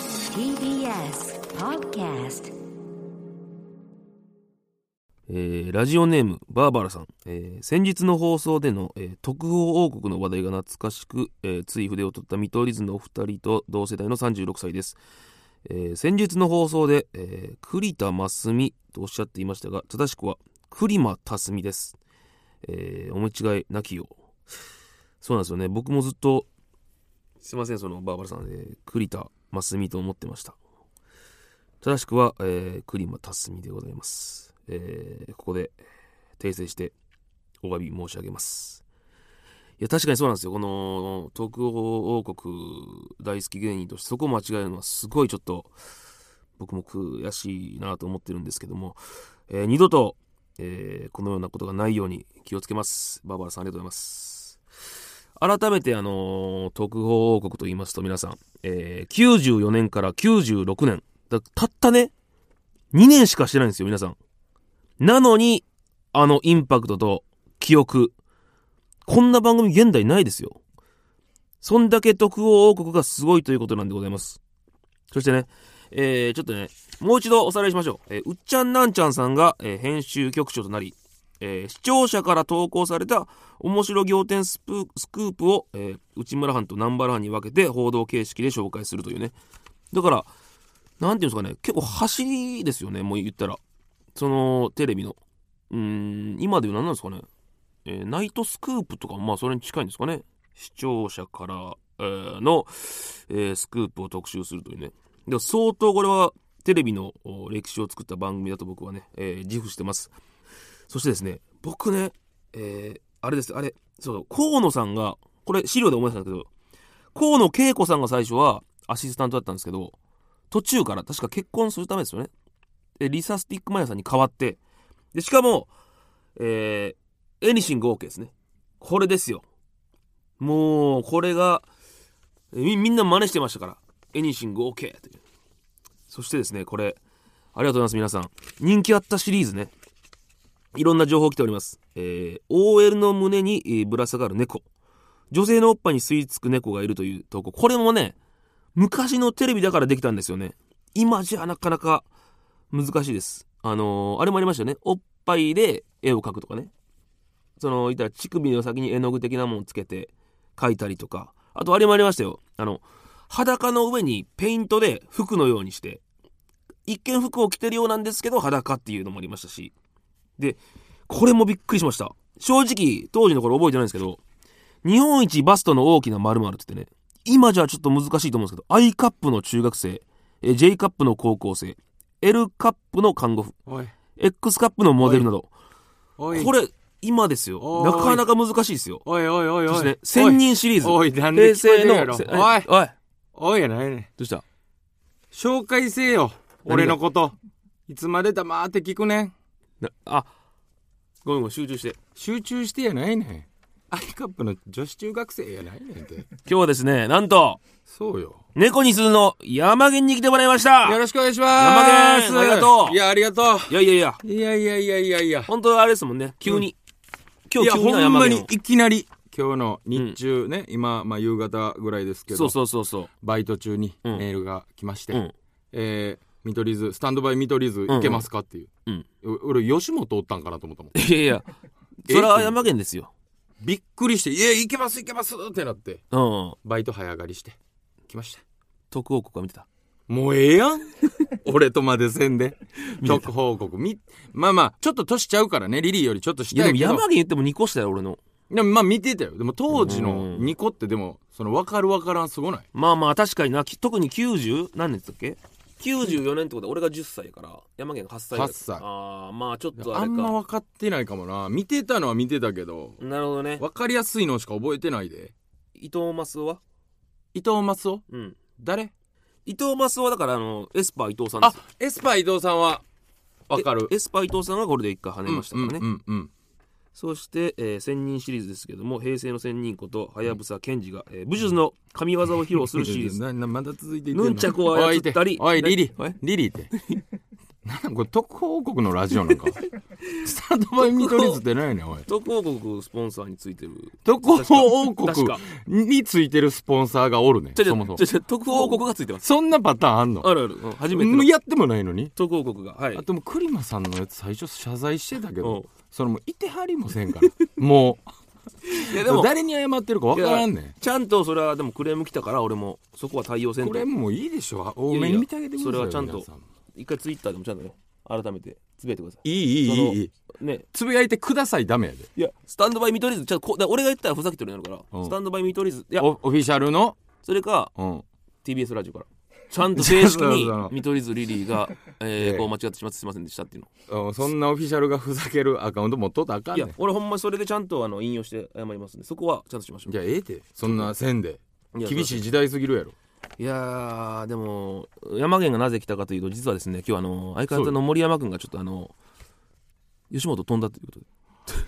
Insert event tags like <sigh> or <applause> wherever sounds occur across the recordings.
TBS Podcast えーラジオネームバーバラさん、えー先日の放送での、えー特報王国の話題が懐かしく、えーつい筆を取った見取り図のお二人と同世代の36歳です、えー先日の放送で、えー栗田真澄とおっしゃっていましたが正しくは栗間たすみです、えーお間違いなきようそうなんですよね僕もずっとすいませんそのバーバラさんで、えー栗田真澄と思ってました正しくは、えー、栗間たすみでございます、えーここで訂正してお詫び申し上げますいや確かにそうなんですよこの東北王国大好き芸人としてそこを間違えるのはすごいちょっと僕も悔しいなと思ってるんですけども、えー二度と、えーこのようなことがないように気をつけますバーバラさんありがとうございます改めてあのー特報王国と言いますと皆さん、えー94年から96年だたったね2年しかしてないんですよ皆さんなのにあのインパクトと記憶こんな番組現代ないですよそんだけ特報王国がすごいということなんでございますそしてねえー、ちょっとねもう一度おさらいしましょう、えーうっちゃんなんちゃんさんが、えー編集局長となりえー視聴者から投稿された面白仰天スプスクープを、えー内村藩と南原藩に分けて報道形式で紹介するというねだからなんていうんですかね結構走りですよねもう言ったらそのテレビのうーん今で言う何なんですかね、えーナイトスクープとかもまあそれに近いんですかね視聴者から、えーの、えースクープを特集するというねでも相当これはテレビのお歴史を作った番組だと僕はね、えー自負してますそしてですね、僕ね、えーあれです、あれ、そうそう、河野さんが、これ資料で思い出したんですけど、河野恵子さんが最初はアシスタントだったんですけど、途中から確か結婚するためですよね。でリサ・スティック・マヤさんに代わって、で、しかも、えー、エニシング OK ですね。これですよ。もう、これが、えみみんな真似してましたから、エニシング OK って。そしてですね、これ、ありがとうございます、皆さん。人気あったシリーズね。いろんな情報来ております。えー OL の胸にえーぶら下がる猫。女性のおっぱに吸い付く猫がいるという投稿。これもね、昔のテレビだからできたんですよね。今じゃなかなか難しいです。あのーあれもありましたよね。おっぱいで絵を描くとかね。その、言ったら乳首の先に絵の具的なものをつけて描いたりとか。あとあれもありましたよ。あの、裸の上にペイントで服のようにして、一見服を着てるようなんですけど裸っていうのもありましたし。で、これもびっくりしました。正直、当時の頃覚えてないんですけど、日本一バストの大きな〇〇って言ってね、今じゃちょっと難しいと思うんですけど、I カップの中学生、え J カップの高校生、L カップの看護婦、おい X カップのモデルなど、おいこれ、今ですよ。おいなかなか難しいですよ。おいおいおいそしおてねい、千人シリーズ。おいなんで聞こえてるやろ平成おいせおい、おいやないねどうした紹介せえよ何が俺のこといつまで黙って聞くねんなあ、ごめんごめん、集中して。集中してやないねんアイカップの女子中学生やないねんて今日はですね、なんと、そうよ猫にするの山源に来てもらいましたよろしくお願いしま山す田君ありがとういやありがといやいやいや、ういやいやいやいやいや本当はあれですもんね急に、今い日や急にほなん山ま毛にをいきなり今日の日中ね、今、まあ、夕方ぐらいですけどそうそうそうそうバイト中にうんメールが来まして、うんえー、見取り図スタンドバイ見取り図いけますかっていう、うんお俺吉本おったんかなと思ったもんいやい <laughs> やそれは山源ですよびっくりして「いやいけますいけます」ってなってうんバイト早上がりして来ました徳王国は見てたもうええ <laughs> やん俺とまでせんで特報告みまあまあちょっと年ちゃうからねリリーよりちょっとい下ややでけもど山源言っても2個したよ俺のでもまあ見てたよでも当時のうんニコってでもその分かる分からんすごないまあまあ確かになき特に90何年だっけ94年ってことは俺が10歳やから山源が8歳だ8歳ああまあちょっとああれんまか分かってないかもな見てたのは見てたけどなるほどね分かりやすいのしか覚えてないで伊藤マスオは伊藤マスオうん誰伊藤マスオはだからあのエスパー伊藤さんであすエスパー伊藤さんは分かるえエスパー伊藤さんがこれで一回跳ねましたからね、うんうんうんそして、えー千人シリーズですけども平成の千人ことはやぶさ賢治が、えー武術の神業 <laughs> を披露するシリーズななまだ続いていってんのヌンチャクを操ったりおいおいリリえリリってなんこれ特報王国のラジオなん <laughs> かスタートバイ見取り図ってないよねおい特報国スポンサーについてる特報王国確かについてるスポンサーがおるねじゃじそゃもそもじゃじゃ特報国がついてますそんなパターンあんのあるある、うん初めてのやってもないのに特報国がはいあともうクリマさんのやつ最初謝罪してたけうんどそれもういてはりもせんからもいやうでも誰に謝ってるかわからんねんちゃんとそれはでもクレーム来たから俺もそこは対応せんとこれもういいでしょ多めに見てあげてくださいよいやいやそれはちゃんと皆さも一回ツイッターでもちゃんとね改めてつぶやいてくださいいいいいいいいいねつぶやいてくださいダメやでいやスタンドバイ見取り図ちょっとこだから俺が言ったらふざけてるようになるから、うんスタンドバイ見取り図いやオオフィシャルのそれかうん TBS ラジオからちゃんと正式 <laughs> そうにそうそう見取り図リリーが、ええー、 <laughs> えこう間違ってしまってすいませんでしたっていうのうんそんなオフィシャルがふざけるアカウント持っとったらあかんいやねん俺ほんまそれでちゃんとあの引用して謝りますんでそこはちゃんとしましょうじゃあええてそんなせんでいや厳しい時代すぎるやろいやーでも山源がなぜ来たかというと実はですね今日あの相方の森山君がちょっとあの吉本飛んだということで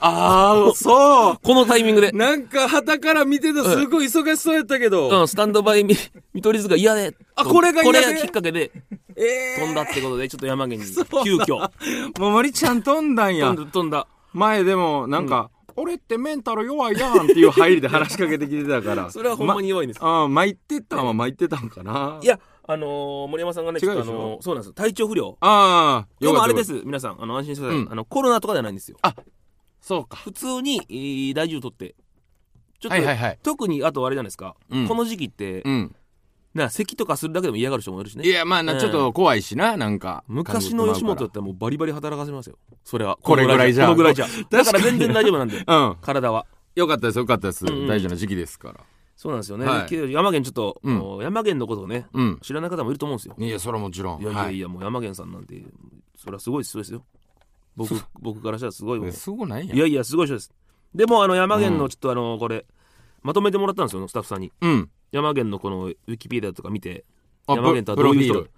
ああそうこのタイミングで、なんか旗から見てたすごい忙しそうやったけど、うん、スタンドバイ見 <laughs> 見取り図が嫌であこれが嫌でこれがきっかけでえ飛んだってことでちょっと山源にうだ急遽ー、もう森ちゃん飛んだん飛やんだ飛んだ前でもなんか、俺ってメンタル弱いやんっていう入りで話しかけてきてたか <laughs> らそれはほんまに弱いんですまああ巻いてったんは巻いてたんかないやあのー森山さんがねちょっとあ違うでのしーそうなんですよ体調不良ああでもあれでよす皆さんあの安心してください、うんあのコロナとかではないんですよそうか普通に、えー大事を取ってちょっと、はいはいはい特にあとあれじゃないですか、うんこの時期って、うんな咳とかするだけでも嫌がる人もいるしいねやまあな、うんちょっと怖いしななんか昔の吉本だうったらもうバリバリ働かせますよそれはこれぐらいじゃこのぐらいじゃだから確か全に然大丈夫なんでん体はよかったですよかったです、うんうん大事な時期ですからそうなんですよね、はいけど山源ちょっと、うんもう山源のことをねうん知らない方もいると思うんですよいやそれはもちろんいやいやいやや、もう山源さんなんてそれはすごい人ですよ <laughs> 僕僕からしたらすごいもうすごないやんいやいやすごい人ですでもあの山源うのんちょっとあのこれまとめてもらったんですよスタッフさんにうん山源のこのウィキペディアとか見てあ山源とはどういう人プロフィール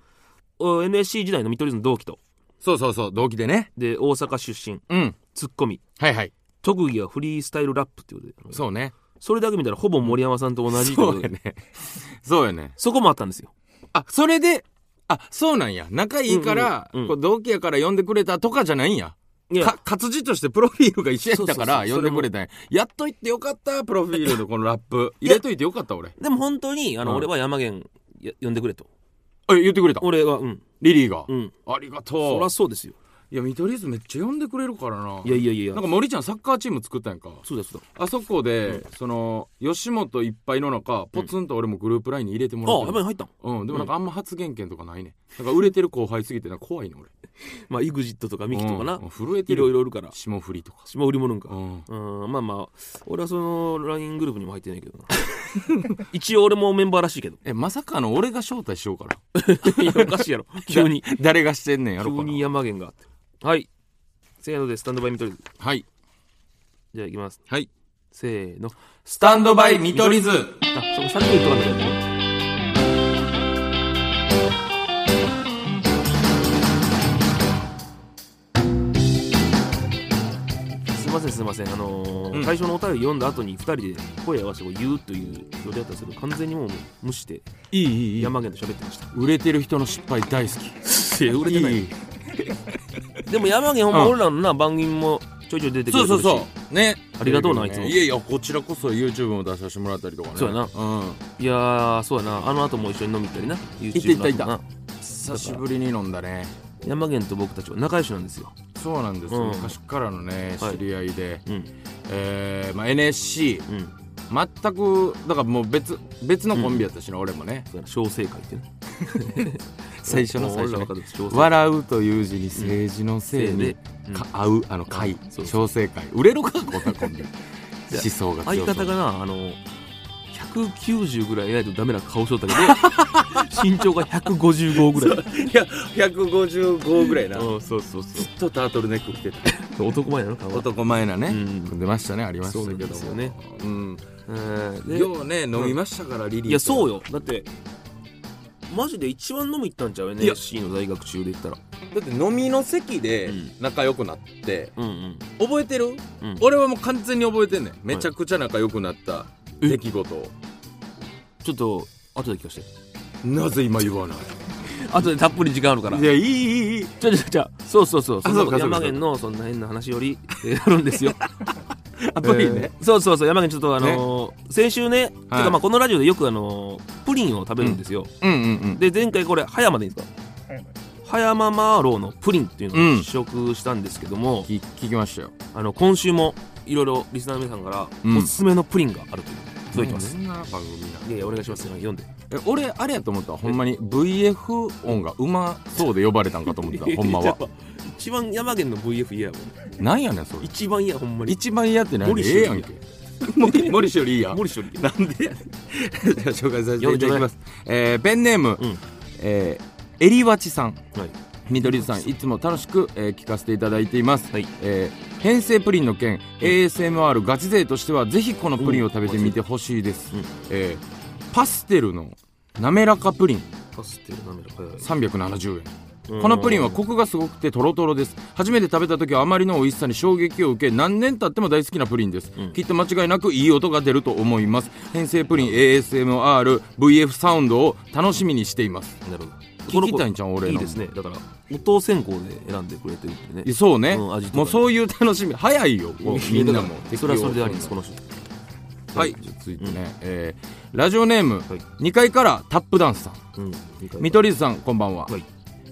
お NSC 時代の見取り図の同期とそうそうそう同期でねで大阪出身うんツッコミはいはい特技はフリースタイルラップっていうことでそうねそれだけ見たらほぼ森山さんと同じことそうでやねそうやねそこもあったんですよあ、それで、あ、そうなんや。仲いいから、うんうんうんこう同期やから呼んでくれたとかじゃないんや。いやか活字としてプロフィールが一緒やったからそうそう呼そうんでくれたんや。やっといってよかった、プロフィールのこのラッ <laughs> プ。入れといてよかった、俺。でも本当にあの、うん俺は山源や呼んでくれとえ、言ってくれた。俺はうんリリーが。うんありがそとらそうですよう。いや、見取り図めっちゃ呼んでくれるからな。いやいやいやなんか森ちゃんサッカーチーム作ったんやんか。そうだそうだあそこで、その、吉本いっぱいの中、ポツンと俺もグループラインに入れてもあやらっばている。入ったんうん、でもなんかあんま発言権とかないね。なんか売れてる後輩すぎて、なんか怖いね、俺。まあ EXIT とかミキとかな、うん震えているろいろいるから霜降りとか霜降りものんかんうんまあまあ俺はその LINE グループにも入ってないけどな <laughs> 一応俺もメンバーらしい <laughs> けどえまさかの俺が招待しようかないやおかしいやろ <laughs> 急に誰がしてんねんや急ろうかなに山源がってはいせーのでスタンドバイ見取り図はいじゃあいきますはいせーのスタンドバイ見取り図あそこ先に言っとかないとすいませんすいませんあのーうん最初のお便り読んだ後に2人で声合わせてこう言うという予定だったんですけど完全にもう無視していいいいい山源と喋ってました売れてる人の失敗大好きいや売れてないいいでも山源ほんまうん俺らのな番組もちょいちょい出てくれてるそうしそうそうねありがとうなテレビいつもねいやいやこちらこそ YouTube も出させてもらったりとかねそうやなうんいやーそうやなあの後も一緒に飲み行ったりな YouTube の後も行った行な久しぶりに飲んだね山源と僕たちは仲良しなんですよそうなんですようん昔からのねはい知り合いでうんえーまあ NSC うん全くだからもう別別のコンビやったしな俺もねだから小生会ってね最初の最俺ら初ねわかる小生会笑うという字に政治のせいに、うんか合うあの会うんそうそう調整会売れるかこんな <laughs> コンビ思想相が強そう方がなあの190ぐらいやないとダメな顔しとったけど <laughs> 身長が155ぐらいいや155ぐらいなうんそうそうそとタートルネック着てたう男前なの顔は男前なね、うん組んでましたねありましたけどもそうなんでうんうんでようね飲みましたから、リリーいやそうよよだってマジで一番飲み行ったんちゃういや NSC の大学中で言ったらだって飲みの席でうん仲良くなって、うんうん覚えてるうん俺はもう完全に覚えてんねんめちゃくちゃ仲良くなったえ出来事をちょっと後で聞かせてなぜ今言わない後でたっぷり時間あるからいやいいいいいいちょちょちょそうそうそうそあそうのかそうか山源のそんな変な話よりえーあるん <laughs> ですよアプリね、えーそうそうそう山源ちょっとあのー先週ね、てかまあこのラジオでよくあのープリンを食べるんですよ、うんうんうんで前回これ葉山でいいですか葉山マーローのプリンっていうのを試食したんですけども、聞聞きましたよあの今週もいろいろリスナーの皆さんからうんおすすめのプリンがあるという届いてます、そんな番組ないやいやお願いします読んでえ俺あれやと思ったほんまに VF 音がうまそうで呼ばれたんかと思 <laughs> ったほんまは <laughs> 一番山源の VF 嫌やもんなんやねんそれ一番嫌ほんまに一番嫌って何森え氏よえりやんけ森森氏よりいいや森処理なんでや <laughs> ねんじゃあ紹介させていただきます、えーペンネーム、うんえー、えりわちさんはいみどりさんいつも楽しく、えー聞かせていただいています、はいえー編成プリンの件 ASMR ガチ勢としてはぜひこのプリンを食べてみてほしいです、うんえーパステルの滑らかプリンパステルなめらかや370円うんこのプリンはコクがすごくてトロトロです初めて食べた時はあまりの美味しさに衝撃を受け何年経っても大好きなプリンです、うんきっと間違いなくいい音が出ると思います編成プリン ASMRVF サウンドを楽しみにしていますなるほど聞きたいんちゃうん俺のいいですねだから音選考で選んでくれてるってねいやそうね、うん味とかねもうそういう楽しみ早いよこうみんなもそれはそれでありですこの人はいじゃあ続いてね、えーラジオネーム、はい2階からタップダンスさんうん二回見取り図さんこんばんは、はい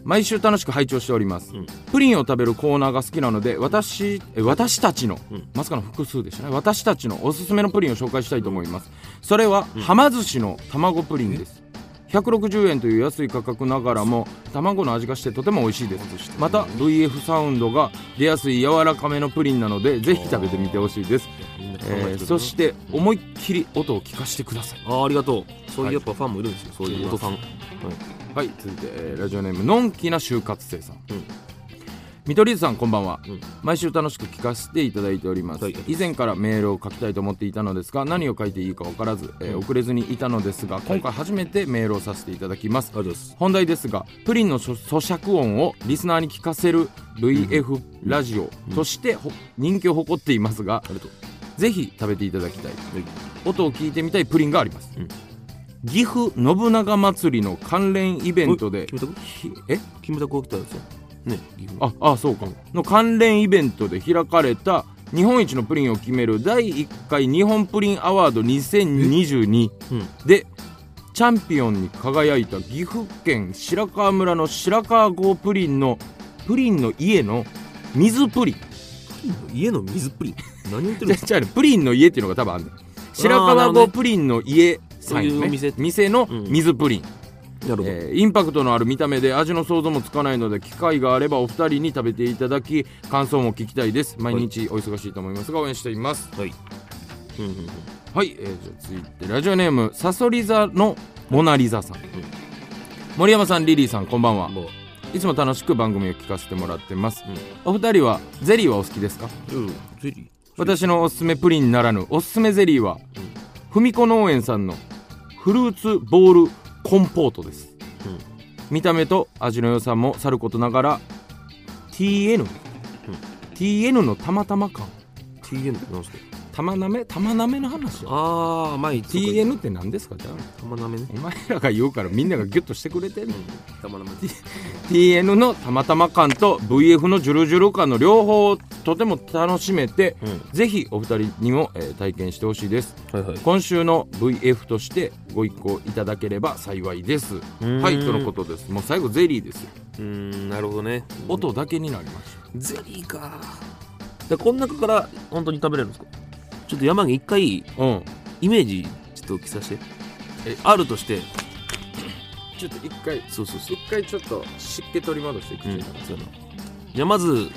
毎週楽しく拝聴しております、うんプリンを食べるコーナーが好きなので私え私たちの、うんまさかの複数でしたね私たちのおすすめのプリンを紹介したいと思いますそれは、はま寿司の卵プリンです160円という安い価格ながらも卵の味がしてとても美味しいではま寿司すってねまた VF サウンドが出やすい柔らかめのプリンなのでぜひ食べてみてほしいです、みんな考えてくれえてーるそして思いっきり音を聞かせてくださいあーありがとうそういうやっぱファンもいるんですよそういう音さんはい続いて、えーラジオネームのんきな就活生さん、うん見取り図さんこんばんは、うん毎週楽しく聞かせていただいております、はい以前からメールを書きたいと思っていたのですが何を書いていいか分からず、えー遅れずにいたのですが今回初めてメールをさせていただきます、ありがとうございます本題ですがプリンのそ咀嚼音をリスナーに聞かせる VF ラジオとしてほ人気を誇っていますがありがとうぜひ食べていただきたいはい音を聞いてみたいプリンがあります、うん岐阜信長祭りの関連イベントおいでキムタクひえキムタクが来たやつやね岐阜ああそうかの関連イベントで開かれた日本一のプリンを決める第1回日本プリンアワード2022うんでチャンピオンに輝いた岐阜県白川村の白川郷プリンのプリンの家の水プリン家の水プリン何言ってるんじでゃすかじゃあねプリンの家っていうのが多分あるのよ白なる川ほど郷ねプリンの家さんよそういうおね店店の水プリン、なるほど、 <laughs> えーインパクトのある見た目で味の想像もつかないので機会があればお二人に食べていただき感想も聞きたいです毎日お忙しいと思いますが応援していますはい、うんうんうん、はい、えーじゃあ続いてラジオネームサソリ座のモナリザさん、森山さんリリーさんこんばんはもういつも楽しく番組を聞かせてもらってます、うお二人はゼリーはお好きですかうんゼリー私のおすすめプリンならぬおすすめゼリーは、ふみこ農園さんのフルーツボールコンポートです、うん見た目と味の良さもさることながら TN、TN のたまたま感 TN って何すかたまなめたまなめの話よああ甘い TN って何ですかじゃあ玉なめねお前らが言うからみんながギュッとしてくれてんの玉なめ TN のたまたま感と VF のジュルジュル感の両方をとても楽しめて、うんぜひお二人にも、えー体験してほしいですはいはい今週の VF としてご一行いただければ幸いですーんはいとのことですもう最後ゼリーですようーんなるほどね音だけになりましゼリーかでこの中から本当に食べれるんですかちょっと山に一回たうんイメージちょっと着させてえあるとしてちょっと一回そうそうそう一回ちょっと湿気取り戻して口うんにそうやなじゃあまず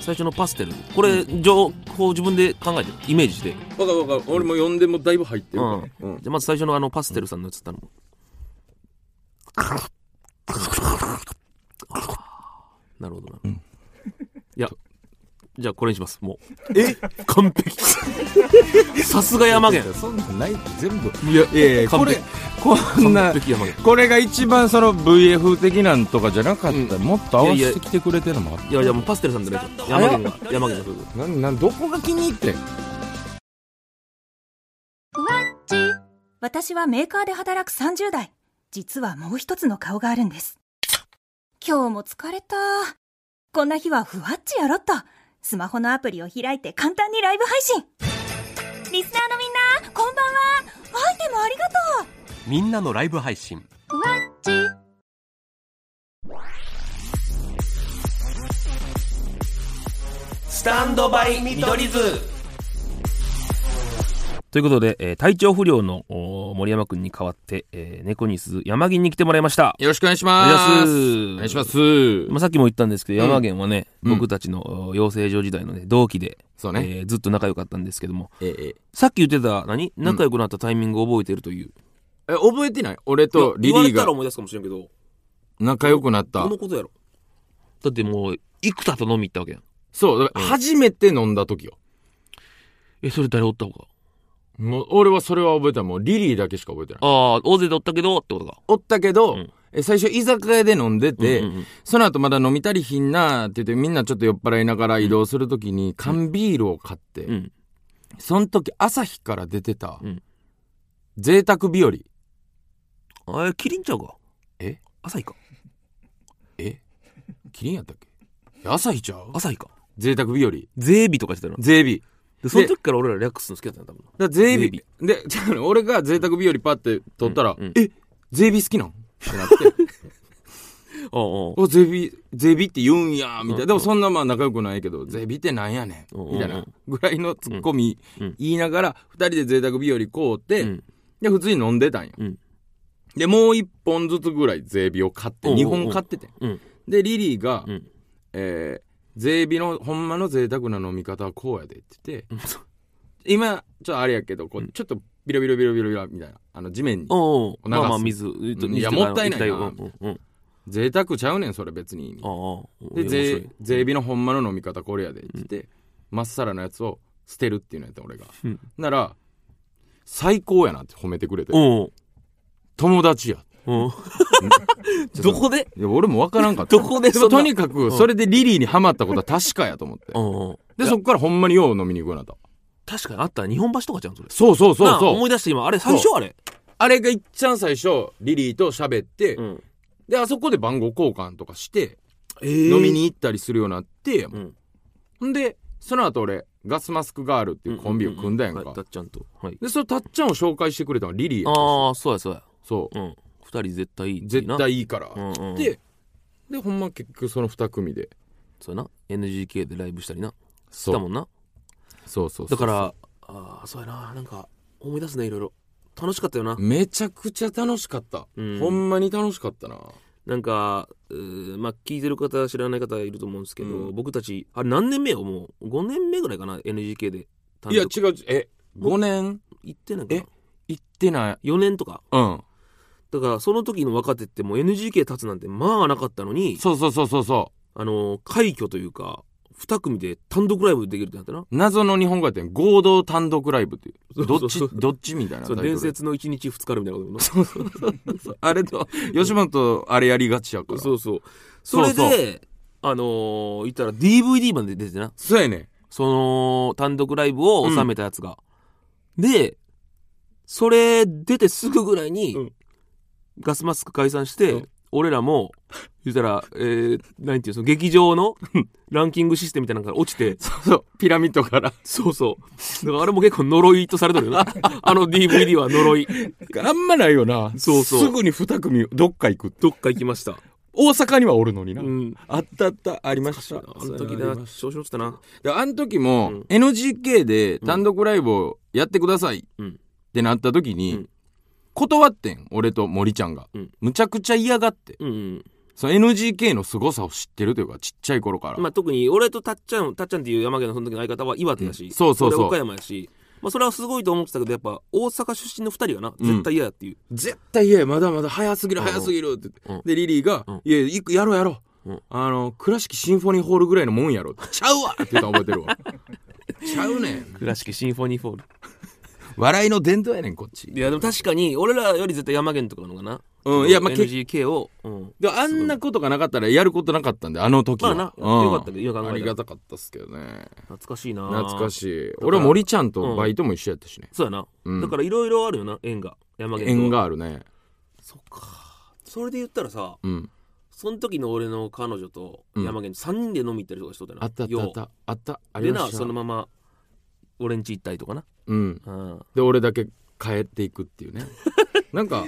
最初のパステルこれ情報自分で考えてイメージしてわかるわかる俺も呼んでもだいぶ入ってるからね、うんじゃあまず最初のあのパステルさんのやつ頼む。なるほどな。いや、じゃあこれにします。もう。え完璧。さすが山源。そんなんないって全部いや、いやいやこ完れ璧こんな完璧山源。これが一番その VF 的なんとかじゃなかった、もっと合わせてきてくれてるのもあったいやいや、もうパステルさんじゃないと。山源が、山源が。なんなんどこが気に入ってん私はメーカーで働く30代。実はもう一つの顔があるんです。今日も疲れた。こんな日はふわっちやろっと。スマホのアプリを開いて簡単にライブ配信。リスナーのみんな、こんばんは。アイテムありがとう。みんなのライブ配信スタンドバイ見取り図ということで、えー体調不良のおー森山くんに代わって、えー猫に鈴山銀に来てもらいました。よろしくお願いしますお願いしますまあ、さっきも言ったんですけど、うん山源はね、うん僕たちのお養成所時代のね、同期で、そうねえーずっと仲良かったんですけども、ええさっき言ってた、何仲良くなったタイミングを覚えてるという。え覚えてない俺とリいや言わリーれたがら思い出すかもしれんけど、仲良くなったこのことやろ。だってもう、幾多と飲み行ったわけやん。そうだから初めて飲んだ時よえ、それ誰おったのか。もう俺はそれは覚えてないもうリリーだけしか覚えてないああ、大勢でおったけど、ってことか。おったけうどん、え最初居酒屋で飲んでて、うんうんうんその後まだ飲み足りひんなって言ってみんなちょっと酔っ払いながら移動するときに缶ビールを買って、うん。その時朝日から出てた、うん贅沢日和あれ、キリンちゃうか。え朝日か。えキリンやったっけいや朝日ちゃう朝日か。贅沢日和ゼービとかしてたの。税ビで、その時から俺らリラックスするの好きだったの、多分。だ税ゼビビで <laughs> ちょ俺が贅沢日和パって取ったら、うんうんえ税ビ好きなんってなっておうおうおゼビゼビって言うんやみたいな、うんでもそんなまあ仲良くないけどゼビってなんやねんうんみたいなうんぐらいのツッコミうんうん言いながら二人で贅沢日和こうって、うんで普通に飲んでたんよ、うんでもう一本ずつぐらいゼビを買っておうおう二本買っててうん。でリリーが、うんえーゼビのほんまの贅沢な飲み方はこうやでって言って今ちょっとあれやけどこうちょっとビロビロビロビロビロみたいなあの地面におうおう。流すまあまあ、水。えっとい水とやかもったいないな液体をうんうんうん。贅沢ちゃうねんそれ別にああ。で、面白い税、税ビのほんまの飲み方これやでって言って、まっさらなやつを捨てるっていうのやった俺が。うんなら、最高やなって褒めてくれて、おう友達や。おう。 <laughs> どこでいや、俺もわからんかった。 <laughs> どこででそもんなとにかく、それでリリーにハマったことは確かやと思って。おうおうで、そっからほんまによう飲みに行くようになった。確かにあった。日本橋とかじゃん、それ。そうそうそなうあそ思う。い出して今、あれ、最初あれ。あれがいっちゃん最初、リリーと喋って、ん。で、あそこで番号交換とかして、えー飲み。に行ったりするようになって、うん。んで、その後俺、ガスマスクガールっていうコンビを組んだやんうううかはいた。っちゃんと。はい。で、そのたっちゃんを紹介してくれたのはリリーやったんああ、そうや、そうや。ですよ。そう。うん。二人絶対いいな。絶対いいから。うんうん。で、で、ほんま結局その2組で。そうやな。NGK でライブしたりな。そだもう。んな。そうそうだそうから、ああ、そうやな。なんか、思い出すね、いろいろ。楽しかったよな。めちゃくちゃ楽しかった。うんほんまに楽しかったな。なんか、うーまあ、聞いてる方、知らない方いると思うんですけど、うん僕たち、あれ何年目よ、もう。5年目ぐらいかな、NGK で。いや、違う、え、5年行ってないかなえ。行ってない。 4年とか。うん。だから、その時の若手ってもう NGK 立つなんて、まあなかったのに、そうそうそうそうそあの、快挙というか、2組で単独ライブできるってなったな。う。謎の日本語やってん合同単独ライブっていそうう。そどうっそうち、どっちみたいなタそイうトルで。伝説の1日2日あるみたいなことそうそうそうそう。あれと、吉本あれやりがちやから。そうそう。そそうれそうで、あのー、言ったら DVD まで出てな。そうやねん。その、単独ライブを収めたやつが。で、それ出てすぐぐらいに、うんガスマスク解散して、うん俺らも、言ったら、えー、なんていうの、その劇場のランキングシステムみたいなのから落ち <laughs> て、そうそう。ピラミッ <laughs> ドから。そうそう。だからあれも結構呪いとされてるよな。あの DVD は呪い。あんまないよな。そうそうすぐに二組どっか行くって。どっか行きました。大阪にはおるのにうな。ん。あったあった、ありました。あの時な、調子乗ってたな。で、あの時も、うん NGK で単独ライブをやってくださいうんってなった時うに、ん断ってん、俺と森ちゃんが。うんむちゃくちゃ嫌がって。うんうん。その NGK の凄さを知ってるというか、ちっちゃい頃から。まあ、特に俺とたっちゃんたっちゃんっていう山毛のその時の相方は岩手やし、うんそうそう俺そうは岡山やし、まあ、それはすごいと思ってたけどやっぱ大阪出身の2人がな絶対嫌やっていう、絶対嫌や、まだまだ早すぎる、うん早すぎるって言うっんて。で、リリーがうん、いや、いくやろうやろううん。あの、倉敷シンフォニーホールぐらいのもんやろ。ちゃうわって言ったの覚えてるわ。 <laughs> ちゃうねん。倉敷シンフォニーフォール笑いの伝統やねん、こっち。いやでも確かに俺らより絶対山毛のとかの方がなうん、いや、まあ、結 NGK を、うん、であんなことがなかったらやることなかったんであの時は、まあなうんよかったけど今考えたらありがたかったっすけどね懐かしいな懐かいしい俺は森ちゃんとバイトも一緒やったしね、そうやな、うんだからいろいろあるよな縁が山毛のとは縁があるねそっかそれで言ったらさうんその時の俺の彼女とうん山源3人で飲み行ったりとかしとったよなあったあったあったあったあでりまなしたそのまま俺ん家行ったりとかなうんうんで俺だけ帰っていくっていうね <laughs> なんか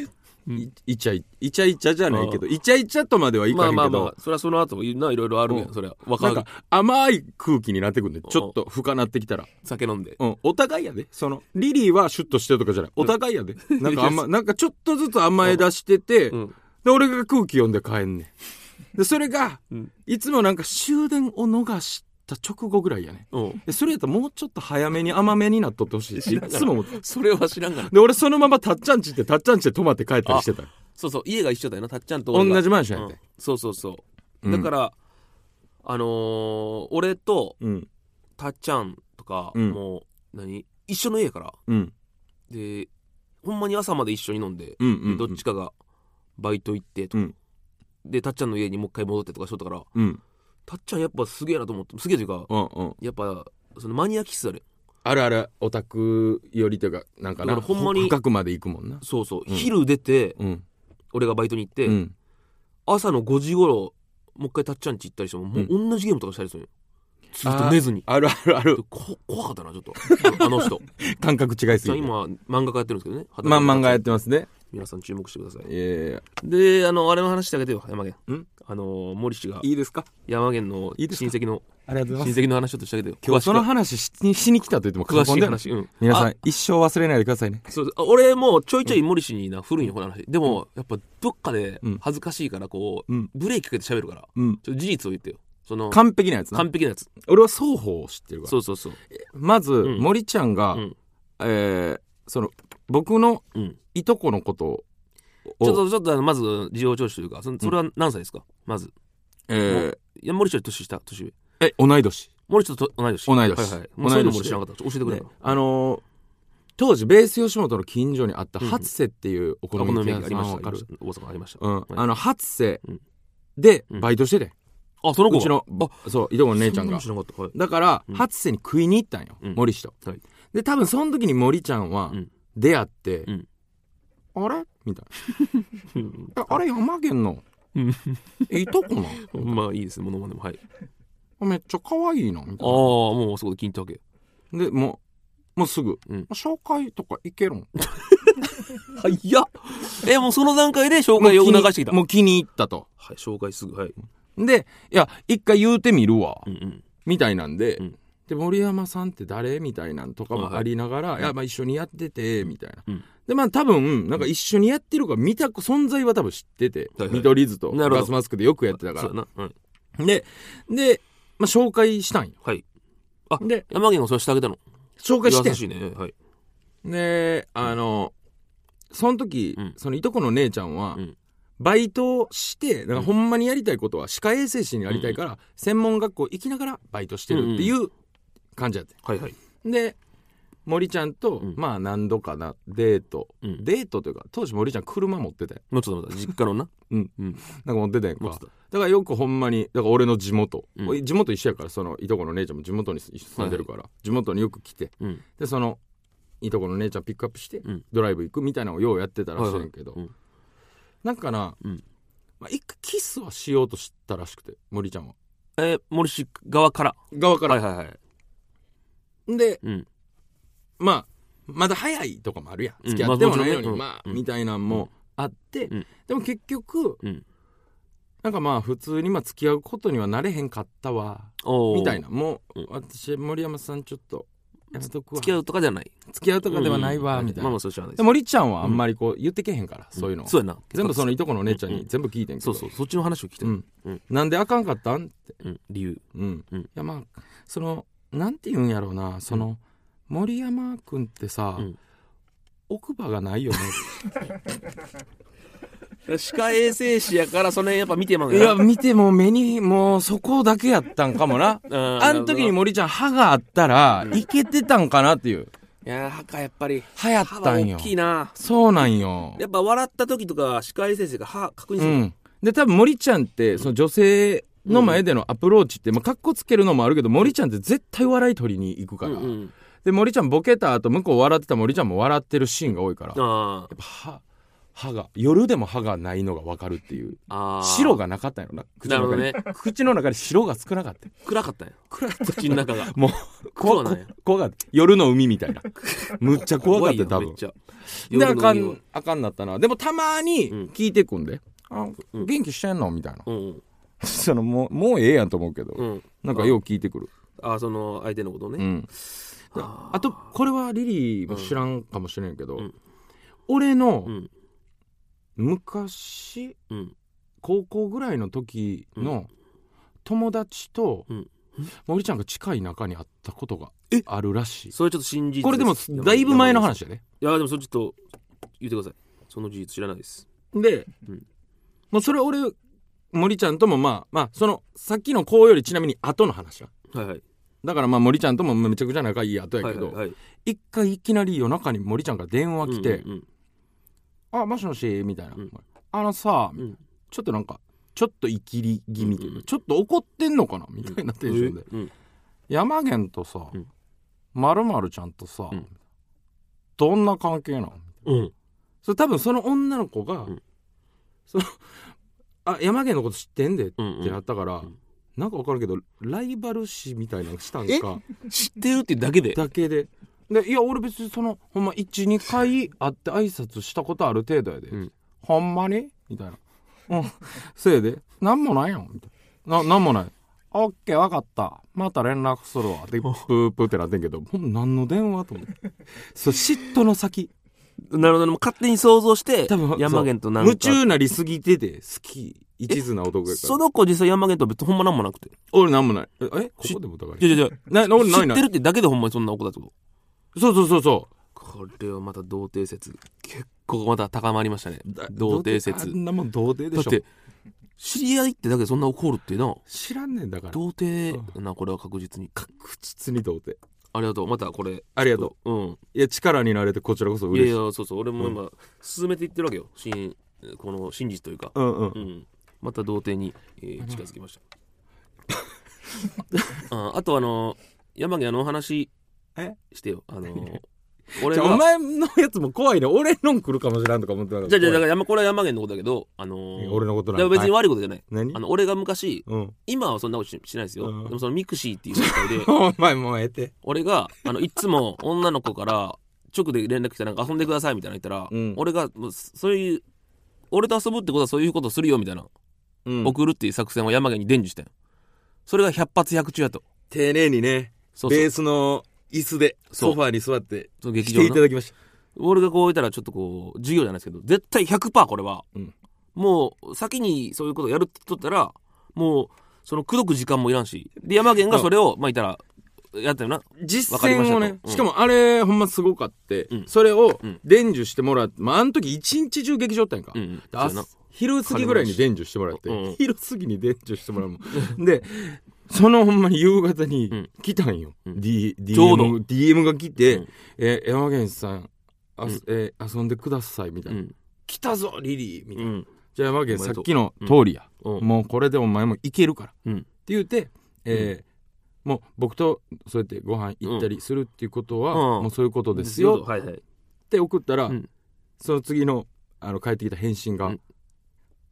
うんいイチャイイチャイチャじゃないけどイチャイチャとまではいまかへあんけど、まあまあそれはその後もいろいろあるやうんんそれは若なんいか甘い空気になってくんでちょっと深なってきたら、酒飲んでうん、お互いやでそのリリーはシュッとしてるとかじゃないお互いやでなんかあん、 <laughs> ま、なんかちょっとずつ甘え出してて、うんで俺が空気読んで帰んねんでそれが、うんいつもなんか終電を逃した直後ぐらいやねうんでそれやったらもうちょっと早めに甘めになっとってほしいしいらんつも思ってそれは知らんからで俺そのままたっちゃんち行ってたっちゃんちで泊まって帰ったりしてたそうそう家が一緒だよなたっちゃんと俺が同じマンションうやっんて、そうそうそううんだから、あのー俺とうんたっちゃんとか、うんもう何一緒の家やからうんでほんまに朝まで一緒に飲んで、うんうんうんどっちかがバイト行ってとか、うんでたっちゃんの家にもう一回戻ってとかしとったからうんたっちゃんやっぱすげえなと思ってすげえというかうんうんやっぱそのマニア気質あるあるあるオタク寄りというかなんかなだからほんまに深くまで行くもんなそうそう、うん昼出てうん俺がバイトに行って、うん朝の5時頃もう一回たっちゃん家行ったりしてももうう同じゲームとかしたりするよ、ずっと寝ずにあるあるあるこ怖かったな <laughs> ちょっとあのあの人感覚違いすさあぎて今漫画家やってるんですけどねまあ漫画やってますね皆さん注目してくださいいやいやいやであのあれの話してあげてよ山源んあの森氏がいいですか山源のいいです親か戚のありがとう親戚の話ちょっとしてあげてよ今日はその詳し話しにしに来たと言ってもく詳過し言いではない話うん皆さあん一生忘れないでくださいねそうですあ俺もちょいちょい森氏にな古いよこの話でもやっぱどっかでうん恥ずかしいからこううんブレーキかけて喋るからうんちょっと事実を言ってよその完璧なやつな完璧なやつ俺は双方を知ってるわそうそうそうまずん森ちゃんがうんえーその僕のうんいとこのことちょっをとちょっとあのまず事情聴取というかそそれは何歳ですかまずえもーいや森氏より年下年上え同い年森氏と同い年同い年はいはいもうそういうのも同い年俺知らなかった教えてくれねあのー当時ベース吉本の近所にあったうんうん初瀬っていうおこ好のみ焼き宮城ありました屋さんわかる大阪ありましたうんはいあの初瀬うんでうんバイトしててあその子うちのあそういとこの姉ちゃんがそなこと知らなかったはいだからうん初瀬に食いに行ったんようん森氏とはいで多分その時に森ちゃんはうん出会ってうんあれみたい <laughs> なえあれ山源のうんえいとこなうんまあいいですモノマネもはい <laughs> めっちゃ可愛いなあみあたいなもうそこで聞いたわけでもうもうすぐうん紹介とかいけるんはいやえもうその段階で紹介をもう気に促してきたもう気に入ったとはい紹介すぐはいでいや一回言うてみるわうんうんみたいなんで、うんで森山さんって誰みたいなんとかもありながら、いやまあ、一緒にやっててみたいな、うんでまあ多分なんか一緒にやってるから見た存在は多分知ってて、はいはい見取り図となるほどガスマスクでよくやってたかそうやらなうんでで、まあ、紹介したんよはいあで山源がそれしてあげたの紹介して優しいねはいであのその時、うんそのいとこの姉ちゃんは、うんバイトをしてなんかほんまにやりたいことは歯科衛生士になりたいから、専門学校行きながらバイトしてるっていう感じやって、はいはいで森ちゃんと、んまあ何度かなデート、うんデートというか当時森ちゃん車持ってたよもうちょっと待って実家の <laughs> なうんうんなんか持ってたやんか持っだてかたらよくほんまにだから俺の地元、うん俺地元一緒やからそのいとこの姉ちゃんも地元に住んでるから、地元によく来てうんでそのいとこの姉ちゃんピックアップして、うんドライブ行くみたいなのをようやってたらしいねんけど、はいはいうんなんかな、うんまあ、一回キスはしようとしたらしくて森ちゃんはえ森氏側から側から、はいはいはいでうんまあまだ早いとかもあるやんうん付き合ってもないまあのもちに、ろんねまあうんみたいなんもあって、うんでも結局うんなんかまあ普通にまあ付き合うことにはなれへんかったわおーみたいなもうう、ん私森山さんちょっとやめとくわ付き合うとかじゃない付き合うとかではないわ、うんみたいまあな、まあそう知らないでです森ちゃんはあんまりこう言ってけへんから、そういうのそうやな全部そのいとこのお姉ちゃんうんうにん全部聞いてんけそど、うそうそっちの話を聞きたいうんうんなんであかんかったんって、うん理由うんうんいやまあそのなんて言うんやろうなその、森山君ってさ、うん奥歯がないよね <laughs> 歯科衛生士やからその辺やっぱ見てまういや見ても目にもうそこだけやったんかも <laughs> なあん時にも森ちゃん歯があったらいけてたんかなっていういや歯科やっぱり歯やっ歯たはんよ大きいなそうなんよやっぱ笑った時とか歯科衛生士が歯確認うする、ん、で多分森ちゃんってその女性の前でのアプローチって、まあ、かっこつけるのもあるけど森ちゃんって絶対笑い取りに行くから、うんうんで森ちゃんボケた後向こう笑ってた森ちゃんも笑ってるシーンが多いからやっああぱは歯が夜でも歯がないのが分かるっていうあー白がなかったんやろな口なのるほ中どに、ね口の中に白が少なかった暗かったんや口の中がもう黒怖なんこや怖かった夜の海 <laughs> みたいなむっちゃ怖かったよよ多め分っちゃであ夜のか海はんあかんなったなでもたまにうん聞いてくんで、あん元気してんのみたいな、 <laughs> うんうんそのもうもうええやんと思うけど、うんなんかよう聞いてくるあーその相手のことうね、んああとこれはリリーも知らんかもしれんけど、うん俺のうん昔うん高校ぐらいの時の友達とうん森ちゃんが近い中にあったことがあるらしいそれちょっと信じこれでもだいぶ前の話やねいやでもそれちょっと言ってくださいその事実知らないですで、うんもうそれ俺森ちゃんともまあまあそのさっきの子よりちなみに後の話ははいはいだからまあ森ちゃんともめちゃくちゃ仲いい後やはけいど、はいはい一回いきなり夜中に森ちゃんから電話来てう「んうんあもしもし」みたいな「うんあのさ、うんうんちょっとなんかちょっとイキり気味といううんうか、んちょっと怒ってんのかな」みたいなテンションでうん「山源とさうんまるまるちゃんとさ、うんどんな関係なの?」うんそれ多分その女の子が、うんそのあ山源のこと知ってんでってうんうんなったから、んなんか分かるけどライバル視みたいなのしたんか知ってるってだけでだけででいや俺別にそのほんま12回会って挨拶したことある程度やで、うんほんまにみたいな「うんせいでなんもないよ」みたいな「ななんもない」「オッケー分かったまた連絡するわ」でプープーってなってんけどほんま何の電話と思ってそう嫉妬 <laughs> の先なるほどもう勝手に想像して多分山源となんそかう夢中なりすぎてて好き一途な男やかそらの子実際山源と別にほんまなんもなくて俺なんもないええここでもだからいやいやいやなな俺ない知っなているってだけでほんまにそんな子だってことそうそうそうそうこれはまた童貞説結構また高まりましたねだ童貞説あんなもん童貞でだっしょて知り合いってだけでそんな怒るってな知らんねんだから童貞やなこれは確実に確実に童貞ありがとうまたこれありがとううんういや力になれてこちらこそいや嬉いしいやそうそう俺も今進めていってるわけよ真この真実というかうんうんうんまた童貞に、えー近づきました <laughs> ああとあの山毛あのお話えしてよ <laughs> あの俺じゃがあお前のやつも怖いね俺のん来るかもしらんとか思ってなかっじゃたあじゃあだから怖い山これは山毛のことだけどあのー俺のことなんでかも別に悪いことじゃない何あの俺が昔うん今はそんなことししないですよ、うんでもそのミクシーっていう状態 <laughs> でお前もうええて俺があのいつも女の子から直で連絡来てなんか遊んでくださいみたいなの言ったら、うん俺がもうそういう俺と遊ぶってことはそういうことするよみたいな、うん送るっていう作戦を山毛に伝授したよそれが百発百中やと丁寧にねそうそうースの椅子でそうァーに座ってその劇場のきました俺がこういたらちょっとこう授業じゃないですけど絶対100%これは、うんもう先にそういうことをやるって言っとったらもうその口説く時間もいらんしで山源がそれを、まあ言ったらやったよな実わかりまし践たとをねうんしかもあれほんますごかって、うんそれをうん伝授してもらって、まあ、あの時一日中劇場やったんやんか、うんうんで朝そうやな昼過ぎぐらいに伝授してもらって、うんうん昼過ぎに伝授してもらうもん <laughs> でそのほんまに夕方うにん来たんよ、うん D DM, ちょうど DM が来て「うんえー山源さんあすうんえー遊んでください」みたういな、ん来たぞリリー」みたういな、んじゃあ山お源めでさとうっきの通りや、うんもうこれでお前もいけるから」うんって言って、えーもう僕とそうやってご飯行ったりするっていうことは、うんもうそういうことですよはいはいって送ったら、うんその次のあの返ってきた返信が「うん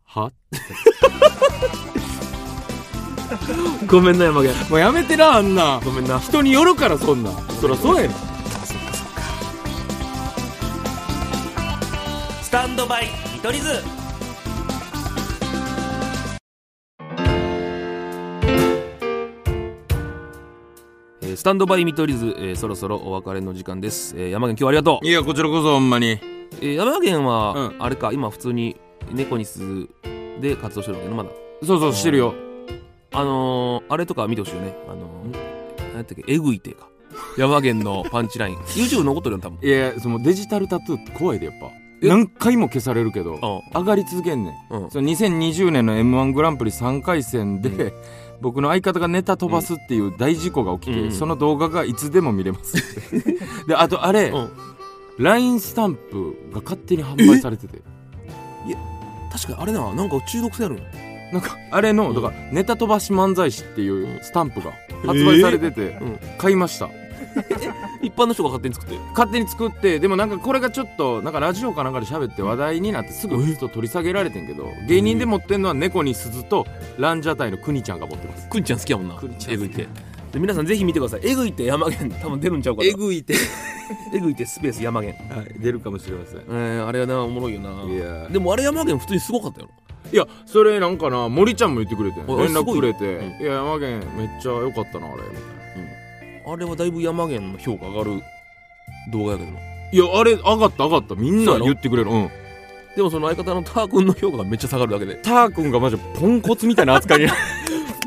はごめんな山毛もうやめてなあんなごめんな人によるからそんなんそりゃそうやねんスタンドバイ見取り図えースタンドバイ見取り図、えーそろそろお別れの時間です、えー山源今日はありがとういやこちらこそほんまにえー山源は、うんあれか今普通に猫に鈴で活動してるわけねまだそうそうしてるよあのー、あれとか見てほしいよねあのー、何やったっけえぐいてか山源のパンチラ <laughs> イン YouTube 残ってるよ多分いやそのデジタルタトゥーって怖いでやっぱえ何回も消されるけどう上がり続けんねんうんその2020年の m 1グランプリ3回戦で、う <laughs> 僕の相方がネタ飛ばすっていう大事故が起きて、うんその動画がいつでも見れ <laughs> ますであとあれ、うん LINE スタンプが勝手に販売されてて確かにあれななんか中毒性あるのなんかあれの、うんだからネタ飛ばし漫才師っていうスタンプが発売されてて、うん買いました一般の人が勝手に作って勝手に作ってでもなんかこれがちょっとなんかラジオかなんかで喋って話題になってすぐずっと取り下げられてんけど芸人で持ってんのは猫に鈴とランジャタイのくにちゃんが持ってますくんちゃん好きやもんなくんちゃんえぐいてで皆さんぜひ見てくださいえぐいて山源多分出るんちゃうかな <laughs> ぐいて、えぐいてスペース山源はい、出るかもしれませんえー、あれはなおもろいよないやでもあれ山源普通にすごかったよいやそれなんかな森ちゃんも言ってくれて連あす絡ごいくれてう「いや山源めっちゃ良かったなあれ」みたいなあれはだいぶ山源の評価上がる動画やけどないやあれ上がった上がったみそうんなやろ言ってくれるうんでもその相方のター君の評価がめっちゃ下がるだけでター君がマジポンコツみたいな扱いになる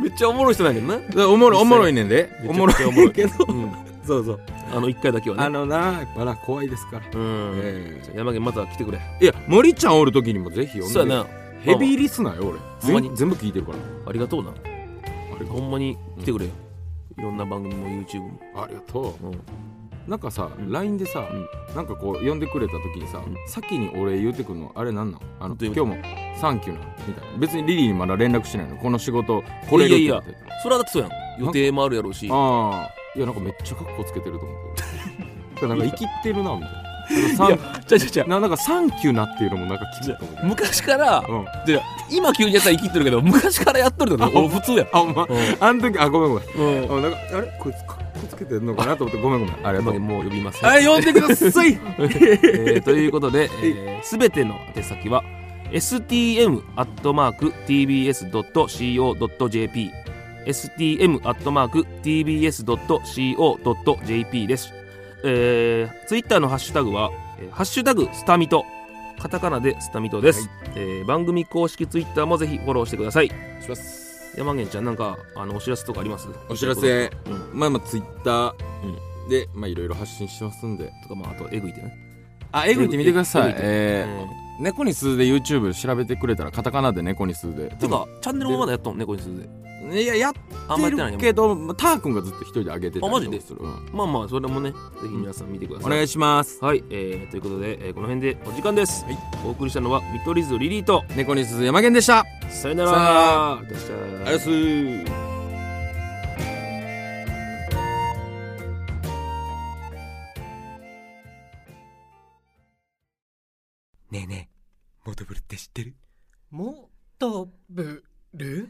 めっちゃおもろい人なんやけどなおもろいおもろいねんでめおちゃくもろちゃおもろいいけどうんそうそうあの一回だけはねあのなやっぱな怖いですからうん、えじゃあ山源また来てくれいや森ちゃんおる時にもぜひ呼んでそうやなヘビーリスナーよほんま俺に全全部聞いてるからありがとうなありがほんまに来てくれよ、いろんな番組も YouTube も、ありがとうん、うなんかさうん LINE でさうなんかこう呼んでくれた時にさうん先にお礼言うてくんのあれなんなんあのどうい今う日こもサンキューなみたいな別にリリーにまだ連絡してないのこの仕事これるっていやい言やっいてそれはだってそうやん予定もあるやろうしああいやなんかめっちゃカッコつけてると思うけ <laughs> どなんか生きってるなみたいなやなんかじゃじゃじサンななんかサンキューなっていうのもなんか聞くと思うけ昔からどうんあじゃ今急にやったら生きってるけど昔からやっとるだろ俺普通やんお前あの時あごめんごめんうん、あなんかあれこいつカッコつけてんのかなと思ってごめんごめんあれ山源もう呼びますはい、読んでください。えーということで、えー、全ての宛先は stm.tbs.co.jp stm.tbs.co.jp です、えー、ツイッターのハッシュタグは「えーハッシュタグスタミト」カタカナでスタミトです、えー番組公式ツイッターもぜひフォローしてくださいします。山源ちゃんなんかあのお知らせとかありますお知らせ、うんまあまあツイッターで、まあいろいろ発信してますんで。とかまああとえぐいてねあ、えぐいてみてくださえいぐ。いてえうんー、猫に鈴で YouTube 調べてくれたらカタカナで猫に鈴で。てかチャンネルもまだやっとんねこいつでいややっあんまやてってないるねけど、まあターくんがずっと一人で上げてたりあマジでとかするうんまあまあそれもねぜひ皆さん見てくださおい、願いします。はい、えー、ということで、えーこの辺でお時間です、はいお送りしたのは見取り図リリーと猫に鈴山源でした。あさよならさよならでしたりがとうございます。ねえねえ、モトブルって知ってるもとぶる